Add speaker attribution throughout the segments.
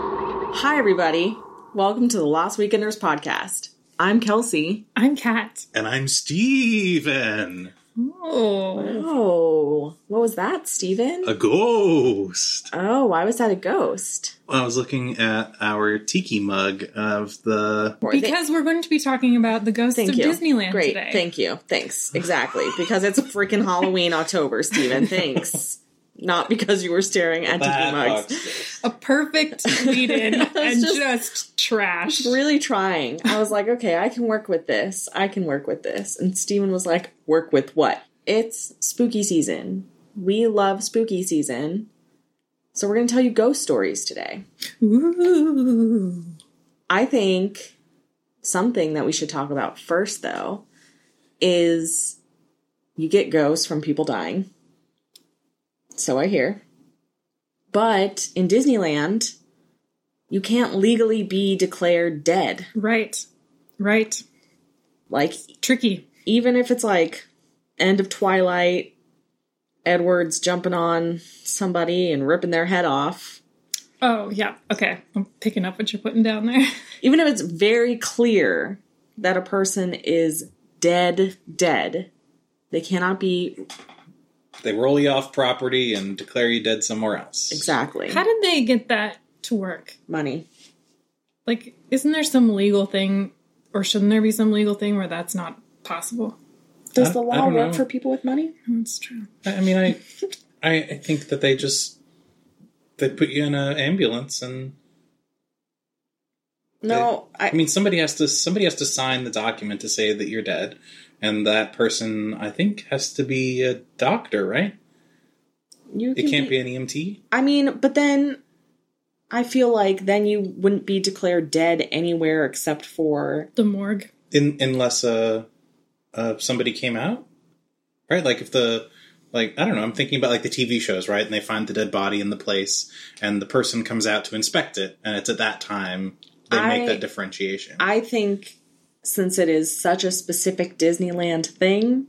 Speaker 1: Hi, everybody. Welcome to the Lost Weekenders podcast. I'm Kelsey.
Speaker 2: I'm Kat.
Speaker 3: And I'm Steven,
Speaker 2: Oh.
Speaker 1: Oh, what was that, Steven?
Speaker 3: a ghost.
Speaker 1: oh, why was that a ghost?
Speaker 3: I was looking at our tiki mug of the.
Speaker 2: Because we're going to be talking about the ghosts
Speaker 1: Thank
Speaker 2: of
Speaker 1: you.
Speaker 2: Disneyland
Speaker 1: Great.
Speaker 2: today.
Speaker 1: Thank you. Thanks. Exactly. Because it's freaking Halloween October, Steven. Thanks. Not because you were staring at tiki
Speaker 3: Bad
Speaker 1: mugs.
Speaker 3: boxes.
Speaker 2: a perfect lead in and
Speaker 1: just-
Speaker 2: just, trash.
Speaker 1: Really trying. I was like, okay, I can work with this. I can work with this. And Steven was like, work with what? It's spooky season. We love spooky season. So we're going to tell you ghost stories today.
Speaker 2: Ooh.
Speaker 1: I think something that we should talk about first, though, is you get ghosts from people dying. So I hear. But in Disneyland, you can't legally be declared dead.
Speaker 2: Right. Right.
Speaker 1: Like,
Speaker 2: Tricky.
Speaker 1: even if it's like end of Twilight, Edward's jumping on somebody and ripping their head off,
Speaker 2: Oh, yeah. Okay. I'm picking up what you're putting down there.
Speaker 1: even if it's very clear that a person is dead, dead, they cannot be
Speaker 3: They roll you off property and declare you dead somewhere else.
Speaker 1: exactly
Speaker 2: How did they get that to work?
Speaker 1: money.
Speaker 2: Like, isn't there some legal thing, or shouldn't there be some legal thing where that's not possible?
Speaker 1: Does
Speaker 3: I-
Speaker 1: the
Speaker 3: I
Speaker 1: law
Speaker 3: don't
Speaker 1: work
Speaker 3: know.
Speaker 1: for people with money?
Speaker 2: That's true.
Speaker 3: I I mean, I, I, I think that they just they put you in an ambulance, and
Speaker 1: No, I,
Speaker 3: I mean, somebody has to somebody has to sign the document to say that you're dead, and that person, I think, has to be a doctor, right?
Speaker 1: you
Speaker 3: It can't be an E EMT.
Speaker 1: I mean, but then I feel like then you wouldn't be declared dead anywhere except for
Speaker 2: The morgue.
Speaker 3: in unless uh, uh somebody came out right like if the like i don't know i'm thinking about like the tv shows right and they find the dead body in the place and the person comes out to inspect it and it's at that time they
Speaker 1: I-
Speaker 3: make that differentiation
Speaker 1: I think since it is such a specific Disneyland thing,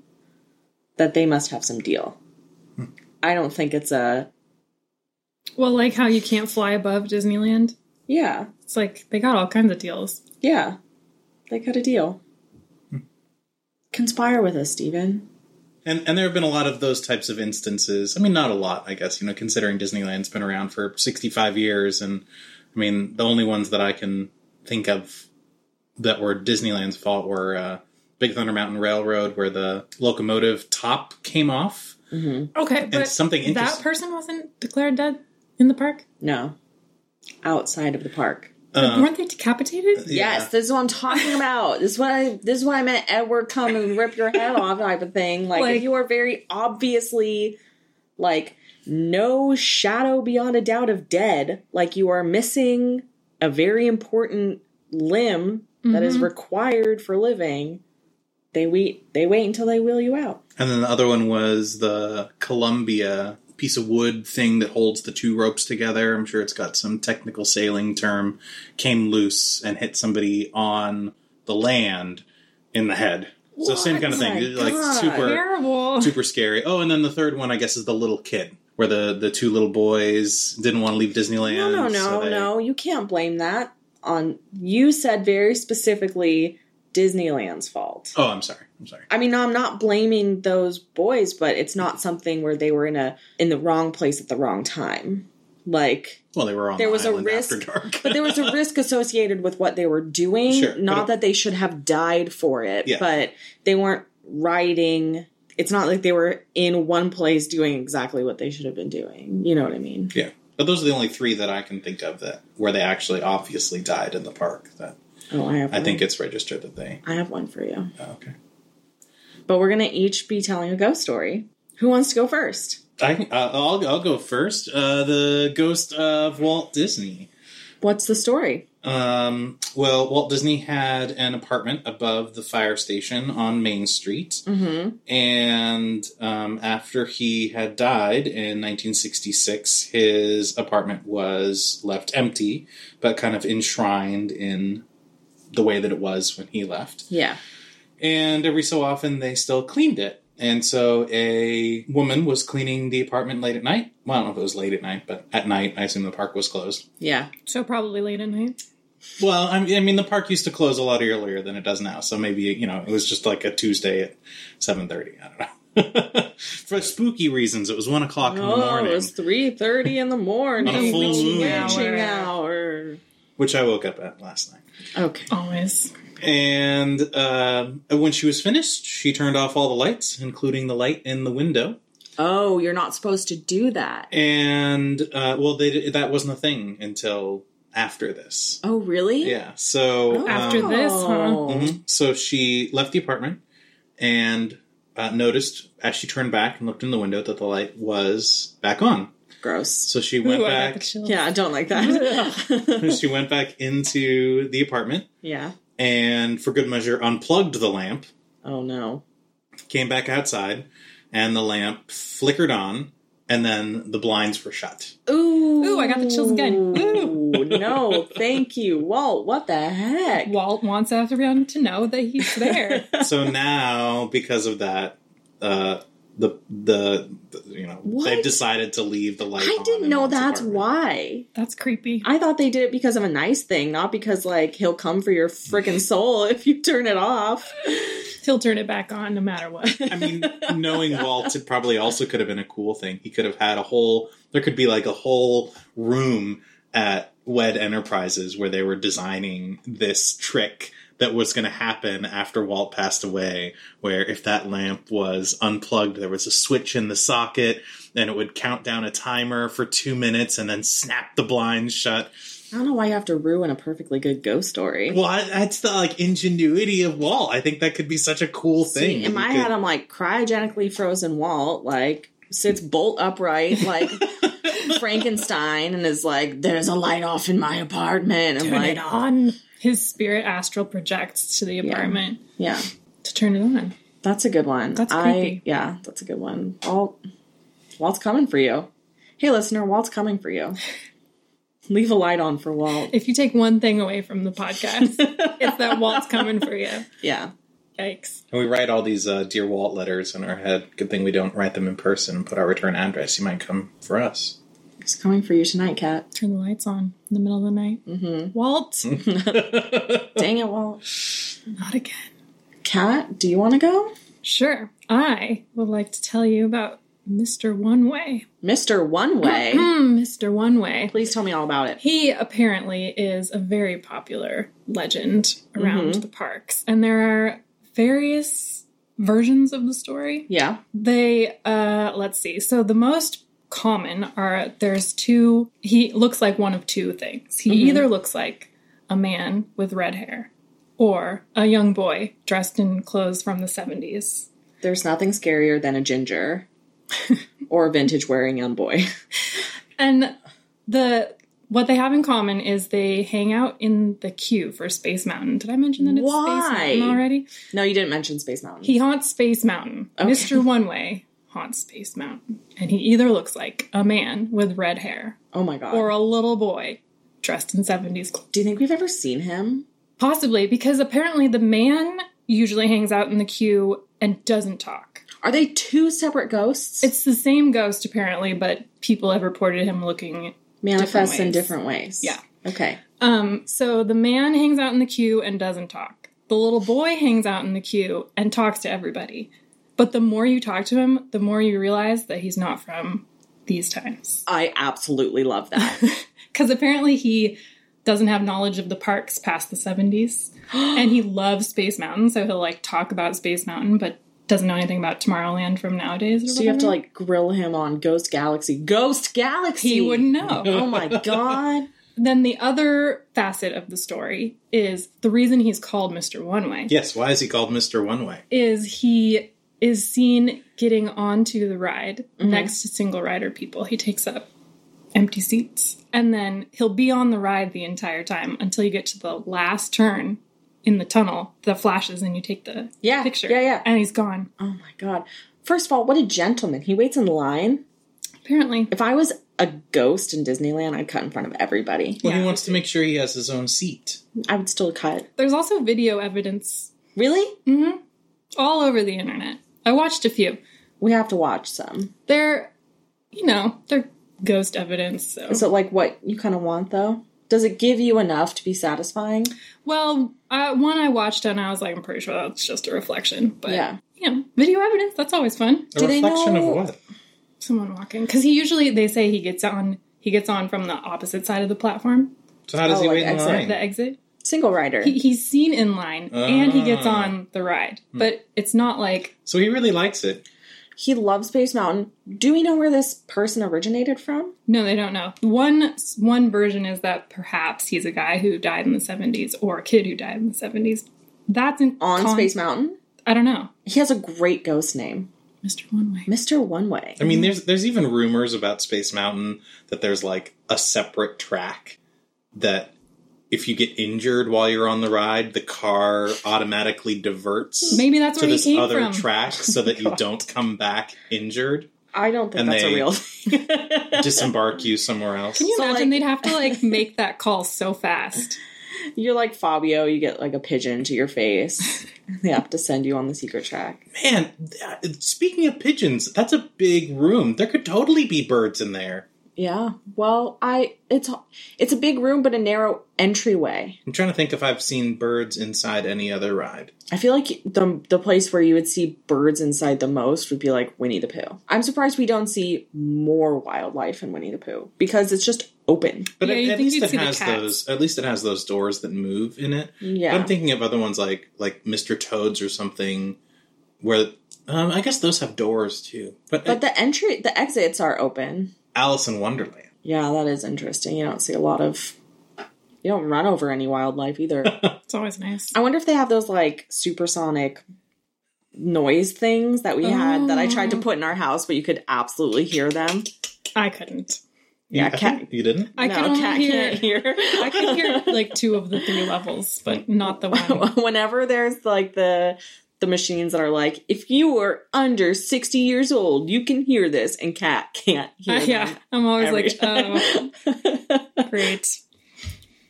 Speaker 1: that they must have some deal. I don't think it's a
Speaker 2: Well, like how you can't fly above Disneyland.
Speaker 1: yeah,
Speaker 2: It's like they got all kinds of deals.
Speaker 1: yeah. They got a deal. Conspire with us, Steven.
Speaker 3: and and there have been a lot of those types of instances i mean not a lot i guess you know considering disneyland's been around for 65 years and i mean the only ones that i can think of that were disneyland's fault were uh, big thunder mountain railroad where the locomotive top came off
Speaker 2: Okay, but
Speaker 3: something
Speaker 2: that
Speaker 3: interest-
Speaker 2: person wasn't declared dead in the park.
Speaker 1: No, outside of the park.
Speaker 3: Uh,
Speaker 2: Like, weren't they decapitated?
Speaker 3: Yeah.
Speaker 1: Yes, this is what I'm talking about. This is what I this is what I meant. Edward, come and rip your head off, type of thing. Like,
Speaker 2: Like-
Speaker 1: if you are very obviously, like, no shadow beyond a doubt of dead. Like you are missing a very important limb that
Speaker 3: Mm-hmm.
Speaker 1: is required for living. They wait. They wait until they wheel you out.
Speaker 3: And then the other one was the Columbia piece of wood thing that holds the two ropes together. I'm sure it's got some technical sailing term. Came loose and hit somebody on the land in the head. So same kind
Speaker 1: What?
Speaker 3: of thing.
Speaker 1: My
Speaker 3: Like
Speaker 1: God.
Speaker 3: super
Speaker 2: Terrible.
Speaker 3: super scary. Oh, and then the third one I guess is the little kid where the the two little boys didn't want to leave Disneyland.
Speaker 1: No, no,
Speaker 3: so
Speaker 1: no,
Speaker 3: they-
Speaker 1: no. You can't blame that on. You said very specifically Disneyland's fault.
Speaker 3: Oh, I'm sorry. I'm sorry.
Speaker 1: I mean, I'm not blaming those boys, but it's not something where they were in a in the wrong place at the wrong time. Like
Speaker 3: Well, they were on
Speaker 1: There
Speaker 3: the
Speaker 1: was a
Speaker 3: island
Speaker 1: risk-
Speaker 3: after dark.
Speaker 1: but there was a risk associated with what they were doing.
Speaker 3: Sure, but
Speaker 1: not
Speaker 3: it-
Speaker 1: that they should have died for it,
Speaker 3: Yeah.
Speaker 1: but they weren't riding. It's not like they were in one place doing exactly what they should have been doing. You know what I mean?
Speaker 3: yeah. But those are the only 3 that I can think of that where they actually obviously died in the park that
Speaker 1: Oh, I have.
Speaker 3: I
Speaker 1: one.
Speaker 3: think it's registered that they.
Speaker 1: I have one for you.
Speaker 3: Oh, okay.
Speaker 1: But we're gonna each be telling a ghost story. Who wants to go first?
Speaker 3: I can, uh, I'll I'll go first. Uh, the ghost of Walt Disney.
Speaker 1: What's the story?
Speaker 3: Um, well, Walt Disney had an apartment above the fire station on Main Street,
Speaker 1: Mm-hmm.
Speaker 3: and um, after he had died in 1966, his apartment was left empty, but kind of enshrined in the way that it was when he left.
Speaker 1: Yeah.
Speaker 3: and every so often they still cleaned it And so a woman was cleaning the apartment late at night. Well, I don't know if it was late at night, but at night, I assume the park was closed.
Speaker 1: Yeah.
Speaker 2: So probably late at night.
Speaker 3: Well, I mean, I mean, the park used to close a lot earlier than it does now, so maybe you know it was just like a Tuesday at seven thirty. I don't know. For spooky reasons, it was one o'clock in the
Speaker 1: Oh,
Speaker 3: morning,
Speaker 1: it was three thirty in the morning.
Speaker 3: On a full
Speaker 1: reaching,
Speaker 3: moon.
Speaker 1: reaching hour.
Speaker 3: which I woke up at last night.
Speaker 1: Okay.
Speaker 2: Always.
Speaker 3: And uh, when she was finished, she turned off all the lights, including the light in the window.
Speaker 1: Oh, you're not supposed to do that.
Speaker 3: And uh, well, they, that wasn't a thing until after this.
Speaker 1: Oh, really?
Speaker 3: Yeah,
Speaker 1: Oh.
Speaker 3: so um,
Speaker 2: Oh. After this, huh?
Speaker 3: Mhm. So she left the apartment and uh, noticed as she turned back and looked in the window that the light was back on.
Speaker 1: Gross.
Speaker 3: So she went
Speaker 2: Ooh, I got the
Speaker 3: back.
Speaker 2: chills.
Speaker 1: Yeah, I don't like that.
Speaker 3: she went back into the apartment
Speaker 1: yeah.
Speaker 3: and, for good measure, unplugged the lamp.
Speaker 1: Oh no.
Speaker 3: Came back outside, and the lamp flickered on, and then the blinds were shut.
Speaker 1: Ooh.
Speaker 2: Ooh, I got the chills again.
Speaker 1: Ooh, no, thank you, Walt. What the heck?
Speaker 2: Walt wants everyone to know that he's there.
Speaker 3: so now, because of that, uh, the, the the- you know
Speaker 1: What?
Speaker 3: they've decided to leave the light.
Speaker 1: I
Speaker 3: on
Speaker 1: didn't
Speaker 3: in
Speaker 1: know
Speaker 3: Walt's
Speaker 1: that's
Speaker 3: apartment.
Speaker 1: why.
Speaker 2: That's creepy.
Speaker 1: I thought they did it because of a nice thing, not because like he'll come for your freaking soul if you turn it off.
Speaker 2: He'll turn it back on no matter what.
Speaker 3: I mean, knowing Walt, it probably also could have been a cool thing. He could have had a whole, there could be like a whole room at Wed Enterprises where they were designing this trick that was going to happen after Walt passed away, where if that lamp was unplugged, there was a switch in the socket and it would count down a timer for two minutes and then snap the blinds shut.
Speaker 1: I don't know why you have to ruin a perfectly good ghost story.
Speaker 3: Well, I- that's the like ingenuity of Walt. I think that could be such a cool thing.
Speaker 1: See, in
Speaker 3: You
Speaker 1: my
Speaker 3: could-
Speaker 1: head, I'm like cryogenically frozen Walt, like sits bolt upright, like Frankenstein, and is like, "There's a light off in my apartment." I'm
Speaker 2: turn
Speaker 1: like,
Speaker 2: it on. His spirit astral projects to the apartment
Speaker 1: yeah,
Speaker 2: to turn it on.
Speaker 1: that's a good one.
Speaker 2: That's
Speaker 1: I,
Speaker 2: creepy.
Speaker 1: Yeah, that's a good one. Walt, Walt's coming for you. Hey, listener, Walt's coming for you. Leave a light on for Walt.
Speaker 2: If you take one thing away from the podcast, it's that Walt's coming for you.
Speaker 1: Yeah.
Speaker 2: Yikes.
Speaker 3: And we write all these uh, Dear Walt letters in our head. Good thing we don't write them in person and put our return address. He might come for us.
Speaker 1: He's coming for you tonight, Kat.
Speaker 2: Turn the lights on in the middle of the night. Mm-hmm. Walt,
Speaker 1: Dang it, Walt.
Speaker 2: not again.
Speaker 1: Kat, do you want to go?
Speaker 2: Sure. I would like to tell you about Mr. One Way.
Speaker 1: Mr. One Way.
Speaker 2: Hmm, Mr. One Way.
Speaker 1: Please tell me all about it.
Speaker 2: He apparently is a very popular legend around the parks, and there are various versions of the story.
Speaker 1: Yeah.
Speaker 2: They uh let's see. So the most common are there's two he looks like one of two things. He either looks like a man with red hair or a young boy dressed in clothes from the 70s.
Speaker 1: There's nothing scarier than a ginger or a vintage wearing young boy.
Speaker 2: And the what they have in common is they hang out in the queue for Space Mountain. Did I mention that it's Space
Speaker 1: Why?
Speaker 2: Mountain already?
Speaker 1: No, you didn't mention Space Mountain.
Speaker 2: He haunts Space Mountain. Mr. One Way haunts Space Mountain. And he either looks like a man with red hair
Speaker 1: oh my god.
Speaker 2: or a little boy dressed in 70s clothes.
Speaker 1: Do you think we've ever seen him?
Speaker 2: Possibly because apparently the man usually hangs out in the queue and doesn't talk.
Speaker 1: Are they two separate ghosts?
Speaker 2: It's the same ghost apparently, but people have reported him looking.
Speaker 1: manifests
Speaker 2: different
Speaker 1: in
Speaker 2: ways.
Speaker 1: different ways.
Speaker 2: Yeah.
Speaker 1: Okay.
Speaker 2: Um, so the man hangs out in the queue and doesn't talk. The little boy hangs out in the queue and talks to everybody. But the more you talk to him, the more you realize that he's not from these times.
Speaker 1: I absolutely love that.
Speaker 2: Because apparently he doesn't have knowledge of the parks past the 70s. and he loves Space Mountain, so he'll like talk about Space Mountain, but doesn't know anything about Tomorrowland from nowadays. Or
Speaker 1: so you have to
Speaker 2: whatever.
Speaker 1: like grill him on Ghost Galaxy. Ghost Galaxy.
Speaker 2: He wouldn't know.
Speaker 1: Oh my god.
Speaker 2: then the other facet of the story is the reason he's called Mr. One Way
Speaker 3: Yes, why is he called Mr. One Way?
Speaker 2: is he is seen getting onto the ride
Speaker 1: Mm-hmm.
Speaker 2: next to single rider people. He takes up empty seats and then he'll be on the ride the entire time until you get to the last turn in the tunnel that flashes and you take the
Speaker 1: Yeah,
Speaker 2: picture.
Speaker 1: yeah, yeah.
Speaker 2: And he's gone.
Speaker 1: Oh my god. First of all, what a gentleman. He waits in line.
Speaker 2: Apparently.
Speaker 1: If I was a ghost in Disneyland, I'd cut in front of everybody.
Speaker 3: Well, he
Speaker 2: Yeah.
Speaker 3: wants to make sure he has his own seat.
Speaker 1: I would still cut.
Speaker 2: There's also video evidence
Speaker 1: Really?
Speaker 2: all over the internet I watched a few.
Speaker 1: We have to watch some.
Speaker 2: They're, you know, they're ghost evidence. So,
Speaker 1: Is it like what you kind of want though? Does it give you enough to be satisfying?
Speaker 2: well, uh, one I watched and I was like, I'm pretty sure that's just a reflection. But
Speaker 1: Yeah.
Speaker 2: you know, video evidence that's always fun.
Speaker 3: A
Speaker 1: Do they
Speaker 3: reflection
Speaker 1: know-
Speaker 3: of what?
Speaker 2: Someone walking because he usually they say he gets on he gets on from the opposite side of the platform,
Speaker 3: So how does
Speaker 1: Oh,
Speaker 3: he
Speaker 1: like
Speaker 3: wait in
Speaker 1: exit
Speaker 3: line?
Speaker 2: the exit.
Speaker 1: Single rider.
Speaker 2: He, he's seen in line and he gets
Speaker 3: Ah.
Speaker 2: on the ride, but it's not like
Speaker 3: So he really likes it.
Speaker 1: He loves Space Mountain. Do we know where this person originated from?
Speaker 2: No, they don't know. One one version is that perhaps he's a guy who died in the seventies or a kid who died in the seventies. That's an
Speaker 1: On
Speaker 2: con-
Speaker 1: Space Mountain?
Speaker 2: I don't know,
Speaker 1: He has a great ghost name.
Speaker 2: Mister One Way.
Speaker 1: Mr. One Way.
Speaker 3: I
Speaker 2: Mm-hmm.
Speaker 3: mean, there's there's even rumors about Space Mountain that there's like a separate track that if you get injured while you're on the ride, the car automatically diverts
Speaker 2: Maybe that's
Speaker 3: to
Speaker 2: where he
Speaker 3: this
Speaker 2: came
Speaker 3: other
Speaker 2: from. Oh
Speaker 3: track so that you don't come back injured,
Speaker 1: I don't think
Speaker 3: And
Speaker 1: that's a
Speaker 3: they-
Speaker 1: real thing.
Speaker 3: disembark you somewhere else.
Speaker 2: Can you
Speaker 1: So,
Speaker 2: imagine
Speaker 1: like-
Speaker 2: they'd have to like make that call so fast?
Speaker 1: You're like Fabio, you get like a pigeon to your face. they have to send you on the secret track.
Speaker 3: Man, that- speaking of pigeons, that's a big room. There could totally be birds in there.
Speaker 1: Yeah. Well, I it's it's a big room but a narrow entryway.
Speaker 3: I'm trying to think if I've seen birds inside any other ride.
Speaker 1: I feel like the the place where you would see birds inside the most would be like Winnie the Pooh. I'm surprised we don't see more wildlife in Winnie the Pooh because it's just open.
Speaker 3: But
Speaker 2: Yeah,
Speaker 3: at,
Speaker 2: you'd
Speaker 3: at
Speaker 2: think
Speaker 3: least
Speaker 2: you'd
Speaker 3: it
Speaker 2: see the
Speaker 3: has
Speaker 2: cats.
Speaker 3: those. At least it has those doors that move in it. But
Speaker 1: Yeah.
Speaker 3: I'm thinking of other ones like like Mr. Toad's or something, where um, I guess those have doors too. But,
Speaker 1: but the entry the exits are open.
Speaker 3: Alice in Wonderland.
Speaker 1: Yeah, that is interesting. You don't see a lot of you don't run over any wildlife either.
Speaker 2: It's always nice.
Speaker 1: I wonder if they have those like supersonic noise things that we had that I tried to
Speaker 2: Oh.
Speaker 1: put in our house, but you could absolutely hear them.
Speaker 2: I couldn't.
Speaker 1: Yeah,
Speaker 3: you, I
Speaker 1: cat-
Speaker 3: think you didn't.
Speaker 2: I
Speaker 1: No,
Speaker 2: could only
Speaker 1: cat
Speaker 2: hear.
Speaker 1: can't hear.
Speaker 2: I could hear like two of the three levels, but not the one.
Speaker 1: whenever there's like the the machines that are like, if you are under sixty years old, you can hear this, and cat can't hear.
Speaker 2: Uh, yeah,
Speaker 1: them
Speaker 2: I'm always
Speaker 1: every
Speaker 2: like, oh.
Speaker 1: time.
Speaker 2: Great.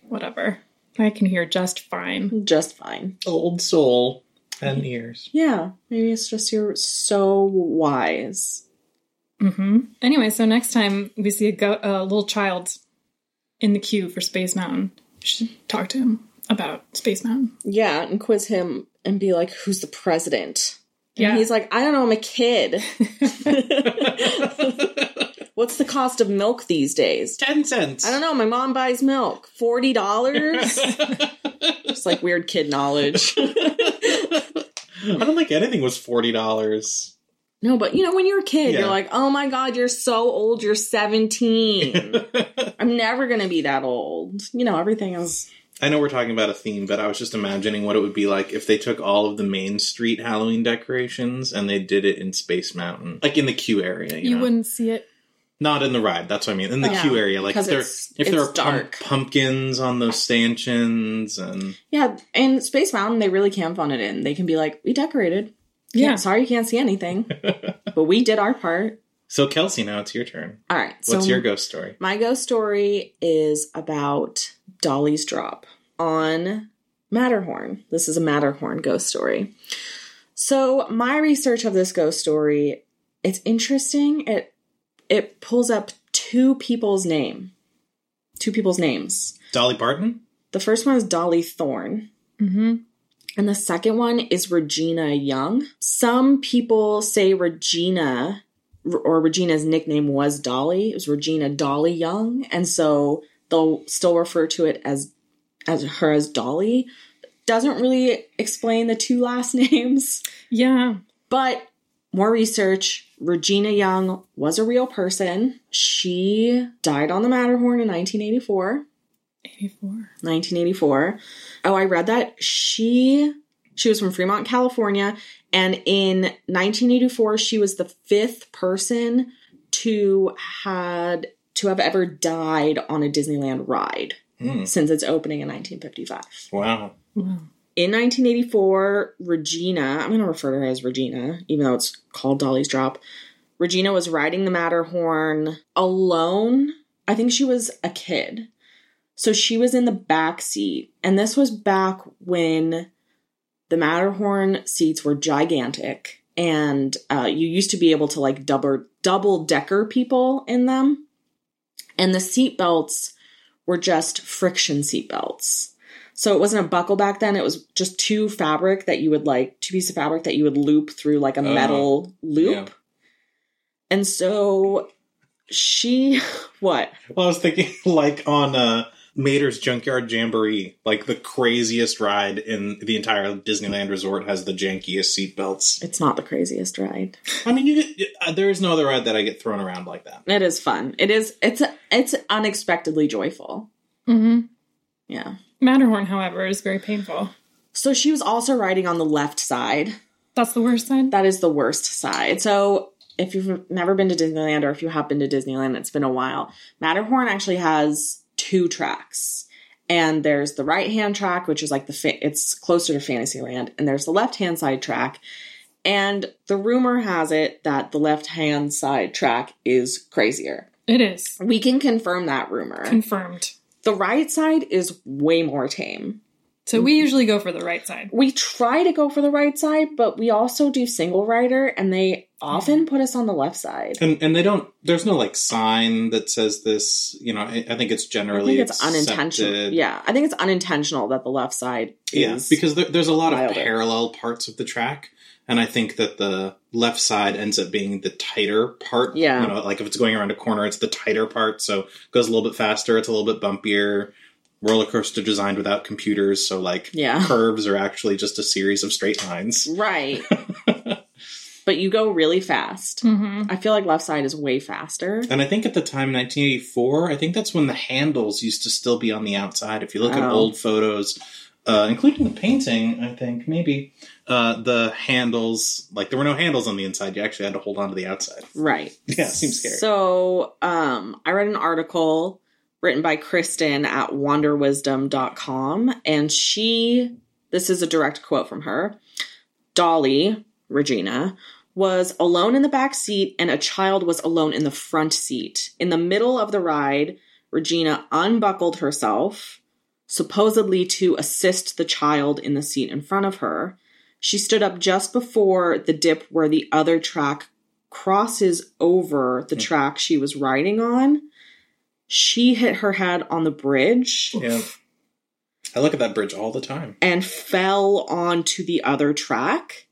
Speaker 2: Whatever. I can hear just fine.
Speaker 1: just fine.
Speaker 3: Old soul and ears.
Speaker 1: Yeah, maybe it's just you're so wise.
Speaker 2: hmm Anyway, so next time we see a, go- a little child in the queue for Space Mountain, we should talk to him about Space Mountain.
Speaker 1: Yeah, and quiz him and be like, "Who's the president?" And
Speaker 2: Yeah.
Speaker 1: he's like, "I don't know. I'm a kid. What's the cost of milk these days?"
Speaker 3: Ten cents.
Speaker 1: I don't know. My mom buys milk. Forty dollars. It's like weird kid knowledge.
Speaker 3: I don't think anything was forty dollars.
Speaker 1: no, but you know, when you're a kid,
Speaker 3: Yeah.
Speaker 1: you're like, "Oh my god, you're so old. You're 17. I'm never gonna be that old." You know, everything is.
Speaker 3: I know we're talking about a theme, but I was just imagining what it would be like if they took all of the Main Street Halloween decorations and they did it in Space Mountain, like in the queue area. You,
Speaker 2: you
Speaker 3: know?
Speaker 2: wouldn't see it.
Speaker 3: not in the ride. That's what I mean. In the
Speaker 1: Yeah,
Speaker 3: queue area, like if
Speaker 1: 'cause
Speaker 3: there,
Speaker 1: it's-
Speaker 3: if there
Speaker 1: it's
Speaker 3: are
Speaker 1: dark.
Speaker 3: pumpkins on those stanchions, and
Speaker 1: Yeah, and Space Mountain, they really can phone it in. They can be like, "We decorated.
Speaker 2: Yeah.
Speaker 1: sorry you can't see anything, but we did our part."
Speaker 3: so Kelsey, now it's your turn.
Speaker 1: All right. So
Speaker 3: What's your ghost story?
Speaker 1: My ghost story is about Dolly's Drop on Matterhorn. This is a Matterhorn ghost story. So my research of this ghost story, it's interesting. It it pulls up two people's name. Two people's names.
Speaker 3: Dolly Parton.
Speaker 1: The first one is Dolly Thorne.
Speaker 2: hmm
Speaker 1: And the second one is Regina Young. Some people say Regina or Regina's nickname was Dolly. It was Regina Dolly Young, and so they'll still refer to it as as her as Dolly. Doesn't really explain the two last names,
Speaker 2: Yeah.
Speaker 1: but more research. Regina Young was a real person. She died on the Matterhorn in 1984.
Speaker 2: 84.
Speaker 1: 1984. Oh, I read that she she was from Fremont, California, and in 1984 she was the fifth person to had to have ever died on a Disneyland ride
Speaker 3: Hmm.
Speaker 1: since its opening in 1955.
Speaker 3: Wow.
Speaker 2: Wow.
Speaker 1: In 1984, Regina, I'm going to refer to her as Regina, even though it's called Dolly's Drop. Regina was riding the Matterhorn alone. I think she was a kid. So she was in the back seat. And this was back when the Matterhorn seats were gigantic and uh, you used to be able to like double double decker people in them, and the seat belts were just friction seat belts. So it wasn't a buckle back then; it was just two fabric that you would like two pieces of fabric that you would loop through like a
Speaker 3: Oh,
Speaker 1: metal loop.
Speaker 3: yeah.
Speaker 1: And so she what?
Speaker 3: Well, I was thinking like on uh, Mater's Junkyard Jamboree, like the craziest ride in the entire Disneyland resort has the jankiest seatbelts.
Speaker 1: It's not the craziest ride.
Speaker 3: I mean, you get, uh, there is no other ride that I get thrown around like that.
Speaker 1: It is fun. It is it's it's unexpectedly joyful.
Speaker 2: hmm
Speaker 1: Yeah.
Speaker 2: Matterhorn, however, is very painful.
Speaker 1: So she was also riding on the left side.
Speaker 2: That's the worst side.
Speaker 1: That is the worst side. So if you've never been to Disneyland or if you have been to Disneyland, it's been a while. Matterhorn actually has two tracks. And there's the right hand track, which is like the fa- it's closer to Fantasyland, and there's the left hand side track. And the rumor has it that the left hand side track is crazier.
Speaker 2: It is
Speaker 1: We can confirm that rumor.
Speaker 2: confirmed.
Speaker 1: the right side is way more tame.
Speaker 2: So we usually go for the right side.
Speaker 1: We try to go for the right side, but we also do single rider, and they often put us on the left side.
Speaker 3: And and they don't. There's no like sign that says this. You know, I, I think it's
Speaker 1: I
Speaker 3: generally
Speaker 1: think it's unintentional.
Speaker 3: accepted.
Speaker 1: Yeah, I think it's unintentional that the left side
Speaker 3: Yeah,
Speaker 1: is
Speaker 3: because there, there's a lot of
Speaker 1: milder.
Speaker 3: parallel parts of the track, and I think that the left side ends up being the tighter part.
Speaker 1: Yeah.
Speaker 3: you know, like if it's going around a corner, it's the tighter part, so it goes a little bit faster. It's a little bit bumpier. Roller coaster designed without computers, so like
Speaker 1: Yeah.
Speaker 3: curves are actually just a series of straight lines.
Speaker 1: right. but you go really
Speaker 3: Mm-hmm.
Speaker 1: fast.
Speaker 2: hmm
Speaker 1: I feel like left side is way faster.
Speaker 3: And I think at the time, 1984, I think that's when the handles used to still be on the outside. If you look at
Speaker 1: Oh.
Speaker 3: old photos, uh, including the painting, I think maybe uh, the handles, like there were no handles on the inside. You actually had to hold on to the outside.
Speaker 1: Right.
Speaker 3: Yeah, it seems scary.
Speaker 1: So, um, I read an article written by Kristen at wanderwisdom.com, and she, this is a direct quote from her Dolly, Regina, was alone in the back seat, and a child was alone in the front seat. In the middle of the ride, Regina unbuckled herself, supposedly to assist the child in the seat in front of her. She stood up just before the dip where the other track crosses over the track she was riding on. She hit her head on the bridge
Speaker 3: yeah, I look at that bridge all the time.
Speaker 1: and fell onto the other track.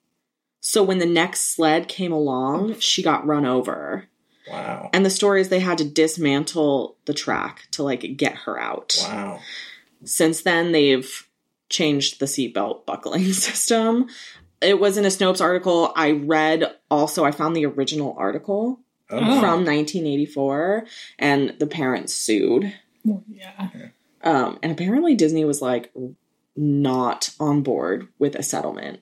Speaker 1: So when the next sled came along, she got run over.
Speaker 3: Wow,
Speaker 1: And the story is they had to dismantle the track to like get her out.
Speaker 3: wow.
Speaker 1: Since then, they've changed the seatbelt buckling system. It was in a Snopes article I read. Also, I found the original article
Speaker 2: Oh.
Speaker 1: from uh, 1984, and the parents sued.
Speaker 2: Well, yeah.
Speaker 1: Um, and apparently, Disney was like not on board with a settlement.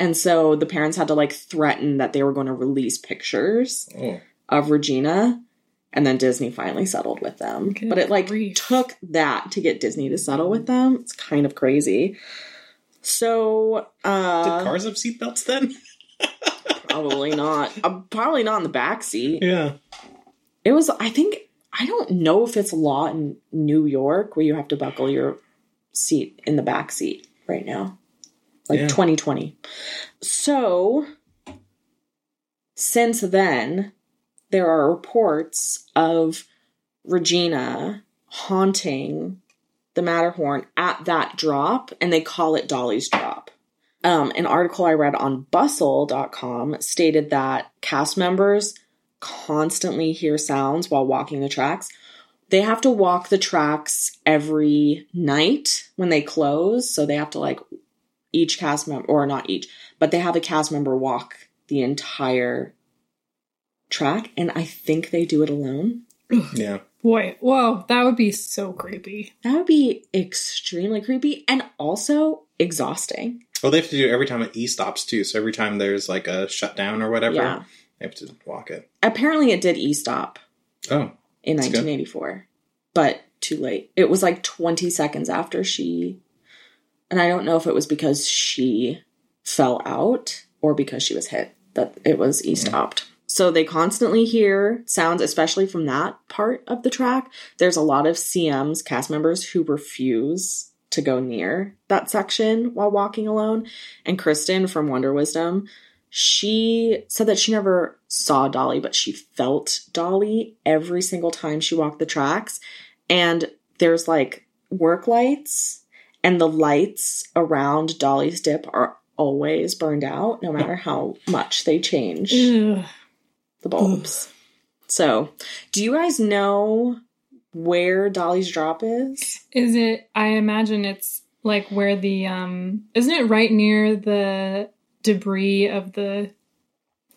Speaker 1: And so the parents had to like threaten that they were going to release pictures
Speaker 3: Oh.
Speaker 1: of Regina. And then Disney finally settled with them.
Speaker 2: Good
Speaker 1: but it like
Speaker 2: grief.
Speaker 1: took that to get Disney to settle with them. It's kind of crazy. So,
Speaker 3: Did
Speaker 1: uh,
Speaker 3: cars have seatbelts then?
Speaker 1: probably not. Uh, probably not in the backseat.
Speaker 3: Yeah.
Speaker 1: It was, I think, I don't know if it's a law in New York where you have to buckle your seat in the back seat right now, like
Speaker 3: Yeah.
Speaker 1: 2020. So, since then, there are reports of Regina haunting the Matterhorn at that drop, and they call it Dolly's Drop. Um, an article I read on bustle.com stated that cast members constantly hear sounds while walking the tracks. They have to walk the tracks every night when they close. So they have to, like, each cast member, or not each, but they have a cast member walk the entire track. And I think they do it alone.
Speaker 3: Yeah.
Speaker 2: Boy, whoa, that would be so creepy.
Speaker 1: That would be extremely creepy and also exhausting.
Speaker 3: Well, they have to do it every time it e stops too. So every time there's like a shutdown or whatever,
Speaker 1: Yeah.
Speaker 3: they have to walk it.
Speaker 1: Apparently, it did e stop
Speaker 3: Oh,
Speaker 1: in
Speaker 3: That's good.
Speaker 1: 1984, but too late. It was like 20 seconds after she, and I don't know if it was because she fell out or because she was hit that it was e stopped. So they constantly hear sounds, especially from that part of the track. There's a lot of CMs, cast members, who refuse to go near that section while walking alone. And Kristen from Wonder Wisdom, She said that she never saw Dolly, but she felt Dolly every single time she walked the tracks. And there's like work lights, and the lights around Dolly's dip are always burned out, no matter how much they change
Speaker 2: Ugh.
Speaker 1: the
Speaker 2: Mm.
Speaker 1: bulbs. So, do you guys know where Dolly's drop is?
Speaker 2: Is it? I imagine it's like where the um. Isn't it right near the debris of the?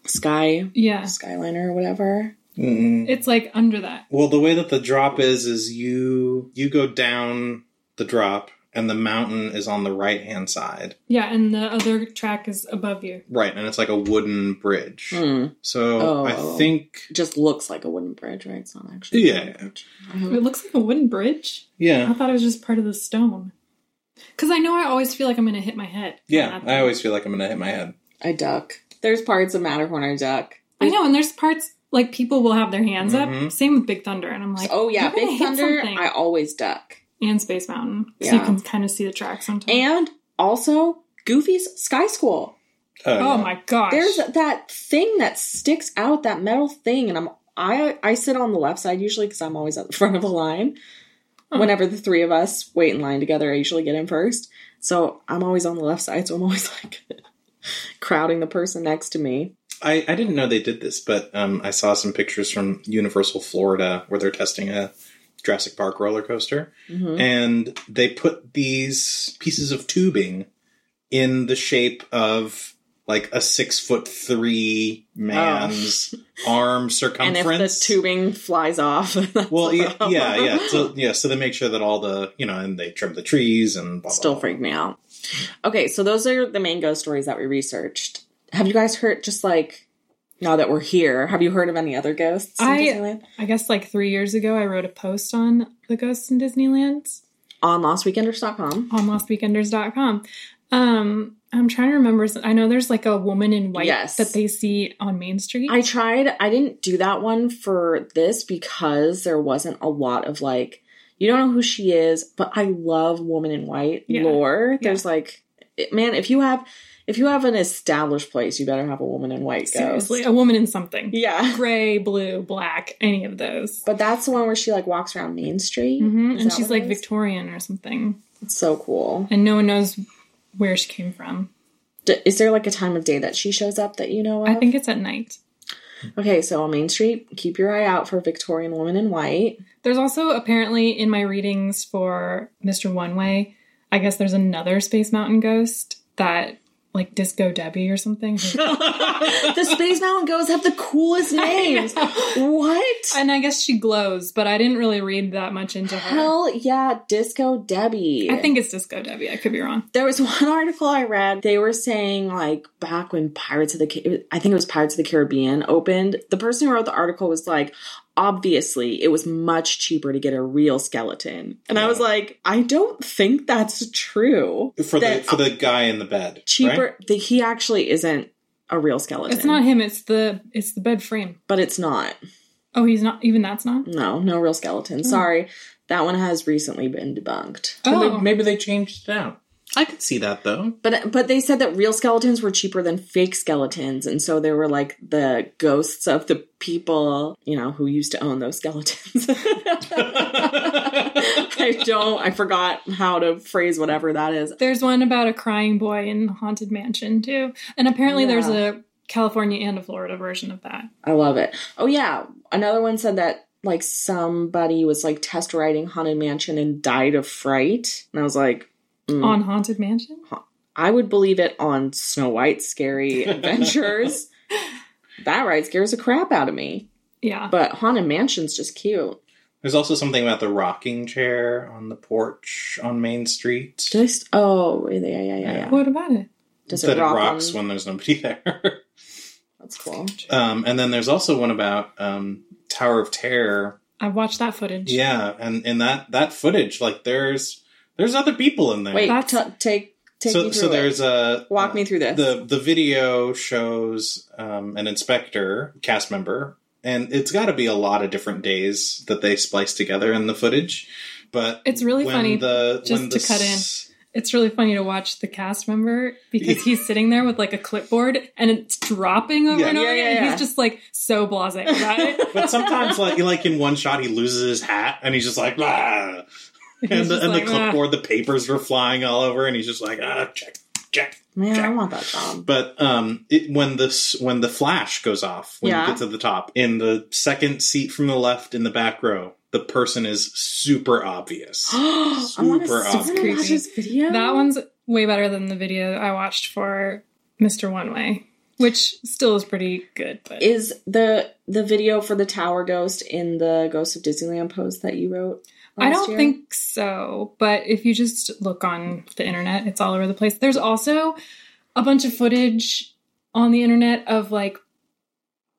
Speaker 1: Sky,
Speaker 2: Yeah,
Speaker 1: Skyliner, or whatever.
Speaker 3: Mm.
Speaker 2: it's like under that.
Speaker 3: Well, the way that the drop is is you you go down the drop and the mountain is on the right hand side.
Speaker 2: Yeah, and the other track is above you.
Speaker 3: Right, and it's like a wooden bridge.
Speaker 2: Hmm.
Speaker 1: Mm.
Speaker 3: So
Speaker 1: Oh.
Speaker 3: I think
Speaker 1: Just looks like a wooden bridge, right? It's not actually. a wooden
Speaker 3: Yeah.
Speaker 1: bridge.
Speaker 2: It looks like a wooden bridge. I
Speaker 3: yeah.
Speaker 2: thought it was just part of the stone. Because I know I always feel like I'm gonna hit my head.
Speaker 3: Yeah, I always feel like I'm gonna hit my head.
Speaker 1: I duck. There's parts of Matterhorn I duck.
Speaker 2: I know, and there's parts like people will have their hands
Speaker 3: Mhm.
Speaker 2: up. Same with Big Thunder, and I'm like,
Speaker 1: Mm-hmm. oh yeah,
Speaker 2: "You're gonna
Speaker 1: Big
Speaker 2: hit
Speaker 1: Thunder.
Speaker 2: something."
Speaker 1: I always duck.
Speaker 2: and Space Mountain, so you
Speaker 1: Yeah.
Speaker 2: can kind of see the track sometimes.
Speaker 1: And also Goofy's Sky School.
Speaker 2: oh
Speaker 3: yeah.
Speaker 2: my gosh,
Speaker 1: There's that thing that sticks out, that metal thing, and I'm I I sit on the left side usually because I'm always at the front of the line.
Speaker 2: Huh.
Speaker 1: Whenever the three of us wait in line together, I usually get in first. So I'm always on the left side, so I'm always like crowding the person next to me.
Speaker 3: I, I didn't know they did this, but um, I saw some pictures from Universal Florida where they're testing a Jurassic Park roller coaster.
Speaker 1: Mhm.
Speaker 3: And they put these pieces of tubing in the shape of like a six foot three man's
Speaker 1: Oh.
Speaker 3: arm
Speaker 1: And if
Speaker 3: circumference.
Speaker 1: the tubing flies off, that's
Speaker 3: well,
Speaker 1: a
Speaker 3: yeah,
Speaker 1: problem.
Speaker 3: yeah, yeah. So, yeah, so they make sure that all the, you know, and they trim the trees and blah, blah,
Speaker 1: still
Speaker 3: blah.
Speaker 1: freak me out. Okay, so those are the main ghost stories that we researched. Have you guys heard just like now that we're here, have you heard of any other ghosts? in
Speaker 2: I-
Speaker 1: Disneyland?
Speaker 2: I guess like three years ago, I wrote a post on the ghosts in Disneyland
Speaker 1: on lostweekenders.com.
Speaker 2: on lostweekenders.com. Um, I'm trying to remember. I know there's like a woman in white
Speaker 1: Yes.
Speaker 2: that they see on Main Street.
Speaker 1: I tried, I didn't do that one for this because there wasn't a lot of like, you don't know who she is, but I love Woman in White
Speaker 2: Yeah.
Speaker 1: lore.
Speaker 2: Yeah.
Speaker 1: There's like, it- man, if you have, if you have an established place, you better have a Woman in White ghost.
Speaker 2: Seriously, a woman in something.
Speaker 1: Yeah.
Speaker 2: Gray, blue, black, any of those.
Speaker 1: But that's the one where she like walks around Main Street.
Speaker 2: hmm
Speaker 1: Is
Speaker 2: And
Speaker 1: that
Speaker 2: she's
Speaker 1: what it
Speaker 2: like
Speaker 1: is?
Speaker 2: Victorian or something.
Speaker 1: It's so cool.
Speaker 2: And no one knows where she came from.
Speaker 1: D- is there like a time of day that she shows up that you know of?
Speaker 2: I think it's at night.
Speaker 1: Okay, so on Main Street, keep your eye out for Victorian Woman in White.
Speaker 2: There's also apparently in my readings for Mr. One Way, I guess there's another Space Mountain ghost that like Disco Debbie or something.
Speaker 1: the Space Mountain Ghosts have the coolest names. What?
Speaker 2: and I guess she glows, but I didn't really read that much into her.
Speaker 1: Hell yeah, Disco Debbie.
Speaker 2: I think it's Disco Debbie. I could be wrong.
Speaker 1: there was one article I read. They were saying like back when Pirates of the Ca- I think it was Pirates of the Caribbean opened. The person who wrote the article was like, obviously, it was much cheaper to get a real skeleton. And I was like, I don't think that's true.
Speaker 3: For the,
Speaker 1: That- uh,
Speaker 3: for the guy in the bed.
Speaker 1: Cheaper.
Speaker 3: right?
Speaker 1: that he actually isn't a real skeleton.
Speaker 2: It's not him. It's the it's the bed frame.
Speaker 1: but it's not.
Speaker 2: Oh, he's not. Even that's not.
Speaker 1: No, no real
Speaker 2: Hmm.
Speaker 1: skeleton. Sorry, that one has recently been debunked.
Speaker 3: Maybe-
Speaker 2: Oh,
Speaker 3: Maybe they changed it out. I could see that though.
Speaker 1: But but they said that real skeletons were cheaper than fake skeletons, and so they were like the ghosts of the people you know who used to own those skeletons. I don't. I forgot how to phrase whatever that is.
Speaker 2: there's one about a crying boy in haunted mansion too. And apparently, there's
Speaker 1: Yeah.
Speaker 2: a California and a Florida version of that.
Speaker 1: I love it. Oh yeah, another one said that like somebody was like test riding haunted mansion and died of fright, and I was like. mm,
Speaker 2: on Haunted Mansion.
Speaker 1: I would believe it on Snow White's Scary Adventures. that ride scares the crap out of me.
Speaker 2: Yeah.
Speaker 1: But Haunted Mansion's just cute.
Speaker 3: There's also something about the rocking chair on the porch on Main Street.
Speaker 1: Just oh yeah yeah yeah yeah. yeah.
Speaker 2: what about it?
Speaker 1: Does
Speaker 3: that
Speaker 1: it rock
Speaker 3: rocks
Speaker 1: on-
Speaker 3: when there's nobody there.
Speaker 1: That's cool.
Speaker 3: um, and then there's also one about um, Tower of Terror.
Speaker 2: I watched that footage.
Speaker 3: Yeah, and in that that footage, like there's there's other people in there.
Speaker 1: Wait,
Speaker 2: That's-
Speaker 1: t- take take
Speaker 3: so
Speaker 1: me through
Speaker 3: so
Speaker 1: it.
Speaker 3: there's a uh,
Speaker 1: Walk me through this.
Speaker 3: the the video shows um, an inspector cast member and it's got to be a lot of different days that they splice together in the footage but
Speaker 2: It's really
Speaker 3: when
Speaker 2: funny,
Speaker 3: the,
Speaker 2: just
Speaker 3: when
Speaker 2: to
Speaker 3: the
Speaker 2: cut in.
Speaker 3: s-
Speaker 2: It's really funny to watch the cast member because he's sitting there with like a clipboard and it's dropping over
Speaker 3: Yeah.
Speaker 2: and
Speaker 3: Yeah,
Speaker 2: over,
Speaker 1: yeah,
Speaker 2: and
Speaker 1: yeah.
Speaker 2: he's just like so blasé about it.
Speaker 3: But sometimes, like, like in one shot, he loses his hat and he's just like, ah. And,
Speaker 2: He's
Speaker 3: the,
Speaker 2: just
Speaker 3: and
Speaker 2: like,
Speaker 3: the
Speaker 2: "Ah."
Speaker 3: clipboard, the papers were flying all over, and he's just like, ah, check, check.
Speaker 1: Man, I
Speaker 3: Jack.
Speaker 1: want that job.
Speaker 3: But um, it, when this when the flash goes off, when
Speaker 1: Yeah.
Speaker 3: you get to the top, in the second seat from the left in the back row, the person is super obvious.
Speaker 1: I want to
Speaker 3: Super
Speaker 1: watch
Speaker 2: obvious.
Speaker 1: his video.
Speaker 2: That one's way better than the video I watched for Mr. One Way, which still is pretty good. But
Speaker 1: is the the video for the tower ghost in the Ghost of Disneyland post that you wrote.
Speaker 2: I
Speaker 1: last
Speaker 2: don't
Speaker 1: year?
Speaker 2: think so. But if you just look on the internet, it's all over the place. There's also a bunch of footage on the internet of like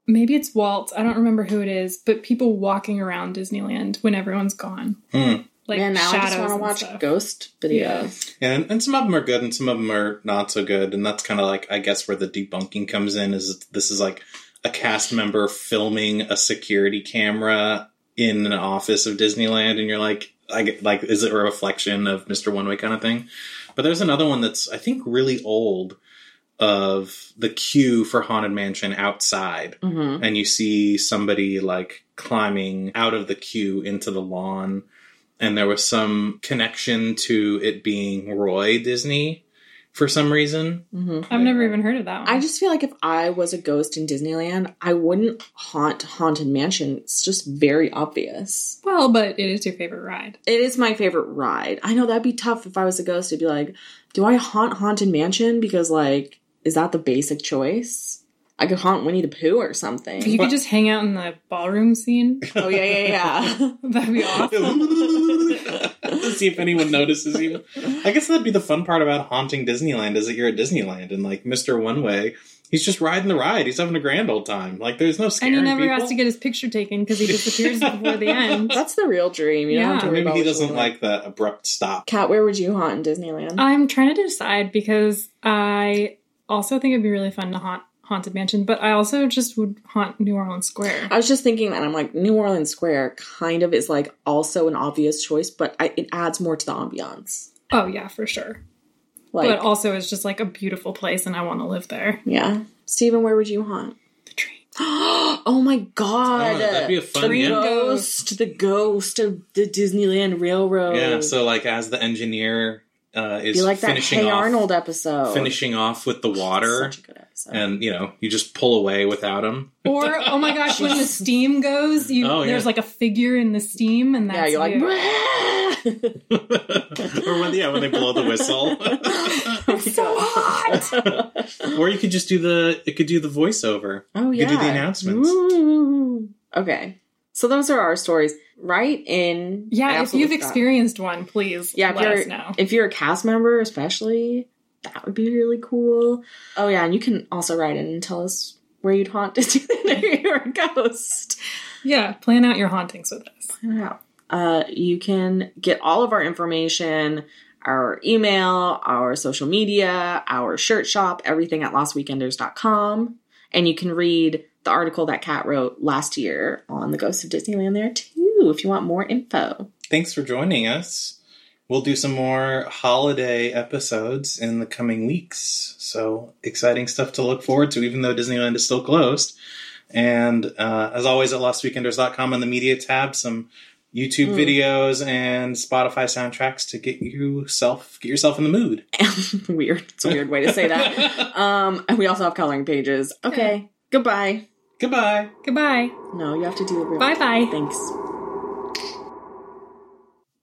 Speaker 2: maybe it's Walt. I don't remember who it is, but people walking around Disneyland when everyone's gone,
Speaker 3: Hmm.
Speaker 2: like
Speaker 1: Man, now I
Speaker 2: shadows.
Speaker 1: just want to
Speaker 2: and
Speaker 1: watch
Speaker 2: stuff.
Speaker 1: ghost videos.
Speaker 3: And and some of them are good, and some of them are not so good. And that's kind of like I guess where the debunking comes in is this is like a cast member filming a security camera in an office of Disneyland, and you're like, I get, like, is it a reflection of Mr. One Way kind of thing? But there's another one that's I think really old of the queue for Haunted Mansion outside
Speaker 1: Mm-hmm.
Speaker 3: and you see somebody like climbing out of the queue into the lawn and there was some connection to it being Roy Disney for some reason.
Speaker 1: Mm-hmm.
Speaker 2: I've never even heard of that one.
Speaker 1: I just feel like if I was a ghost in Disneyland, I wouldn't haunt Haunted Mansion. It's just very obvious.
Speaker 2: well, but it is your favorite ride.
Speaker 1: It is my favorite ride. I know that'd be tough if I was a ghost to be like, do I haunt Haunted Mansion? Because, like, is that the basic choice? I could haunt Winnie the Pooh or
Speaker 2: You
Speaker 1: something.
Speaker 2: could just hang out in the ballroom scene.
Speaker 1: oh, yeah, yeah, yeah.
Speaker 2: That'd be awesome.
Speaker 3: to see if anyone notices you. I guess that'd be the fun part about haunting Disneyland is that you're at Disneyland and like Mr. One Way, he's just riding the ride. He's having a grand old time. Like there's no
Speaker 2: And
Speaker 3: scaring
Speaker 2: he never
Speaker 3: people.
Speaker 2: has to get his picture taken because he disappears before the end.
Speaker 1: That's the real dream. You don't have to
Speaker 2: Yeah.
Speaker 1: worry
Speaker 3: Maybe
Speaker 1: about
Speaker 3: he
Speaker 1: what you
Speaker 3: doesn't
Speaker 1: look
Speaker 3: like the abrupt stop.
Speaker 1: Kat, where would you haunt in Disneyland?
Speaker 2: I'm trying to decide because I also think it'd be really fun to haunt Haunted Mansion, but I also just would haunt New Orleans Square.
Speaker 1: I was just thinking that I'm like New Orleans Square kind of is like also an obvious choice, but I, it adds more to the ambiance.
Speaker 2: Oh yeah, for sure.
Speaker 1: Like,
Speaker 2: but also, it's just like a beautiful place, and I want to live there.
Speaker 1: yeah, Stephen, where would you haunt?
Speaker 2: The tree.
Speaker 1: oh my god,
Speaker 3: Oh, that'd be a fun
Speaker 1: the
Speaker 3: end.
Speaker 1: ghost, the ghost of the Disneyland Railroad.
Speaker 3: Yeah, so like as the engineer uh, is
Speaker 1: be like that
Speaker 3: finishing
Speaker 1: Hey
Speaker 3: off,
Speaker 1: Arnold episode.
Speaker 3: finishing off with the
Speaker 1: Oh.
Speaker 3: water,
Speaker 1: Such a good episode.
Speaker 3: and you know you just pull away without him.
Speaker 2: Or oh my gosh, when the steam goes, you
Speaker 3: Oh, yeah.
Speaker 2: there's like a figure in the steam, and
Speaker 1: yeah,
Speaker 2: that's
Speaker 1: you're like,
Speaker 2: you.
Speaker 3: or when yeah when they blow the whistle,
Speaker 1: Oh
Speaker 2: so hot.
Speaker 3: or you could just do the it could do the voiceover.
Speaker 1: Oh
Speaker 3: You
Speaker 1: yeah.
Speaker 3: could do the announcements.
Speaker 1: Ooh. Okay. So those are our stories. Right in I
Speaker 2: Yeah, if
Speaker 1: also
Speaker 2: you've
Speaker 1: looked up.
Speaker 2: experienced one, please
Speaker 1: Yeah, if
Speaker 2: let
Speaker 1: you're-
Speaker 2: us know.
Speaker 1: if you're a cast member especially, that would be really cool. Oh yeah, and you can also write in and tell us where you'd haunt Disneyland if you're a ghost.
Speaker 2: Yeah, plan out your hauntings with us.
Speaker 1: Wow. Uh, you can get all of our information, our email, our social media, our shirt shop, everything at lostweekenders.com. And you can read the article that Kat wrote last year on the Ghost of Disneyland there too, if you want more info.
Speaker 3: Thanks for joining us. We'll do some more holiday episodes in the coming weeks. So exciting stuff to look forward to, even though Disneyland is still closed. And uh, as always, at lostweekenders.com on the media tab, some
Speaker 1: Hmm.
Speaker 3: YouTube videos and Spotify soundtracks to get yourself get yourself in the mood.
Speaker 1: weird. It's a weird way to say that. Um, and we also have coloring pages. Okay. Goodbye.
Speaker 3: Goodbye.
Speaker 2: Goodbye.
Speaker 1: No, you have to do the real
Speaker 2: Bye bye.
Speaker 1: Thanks.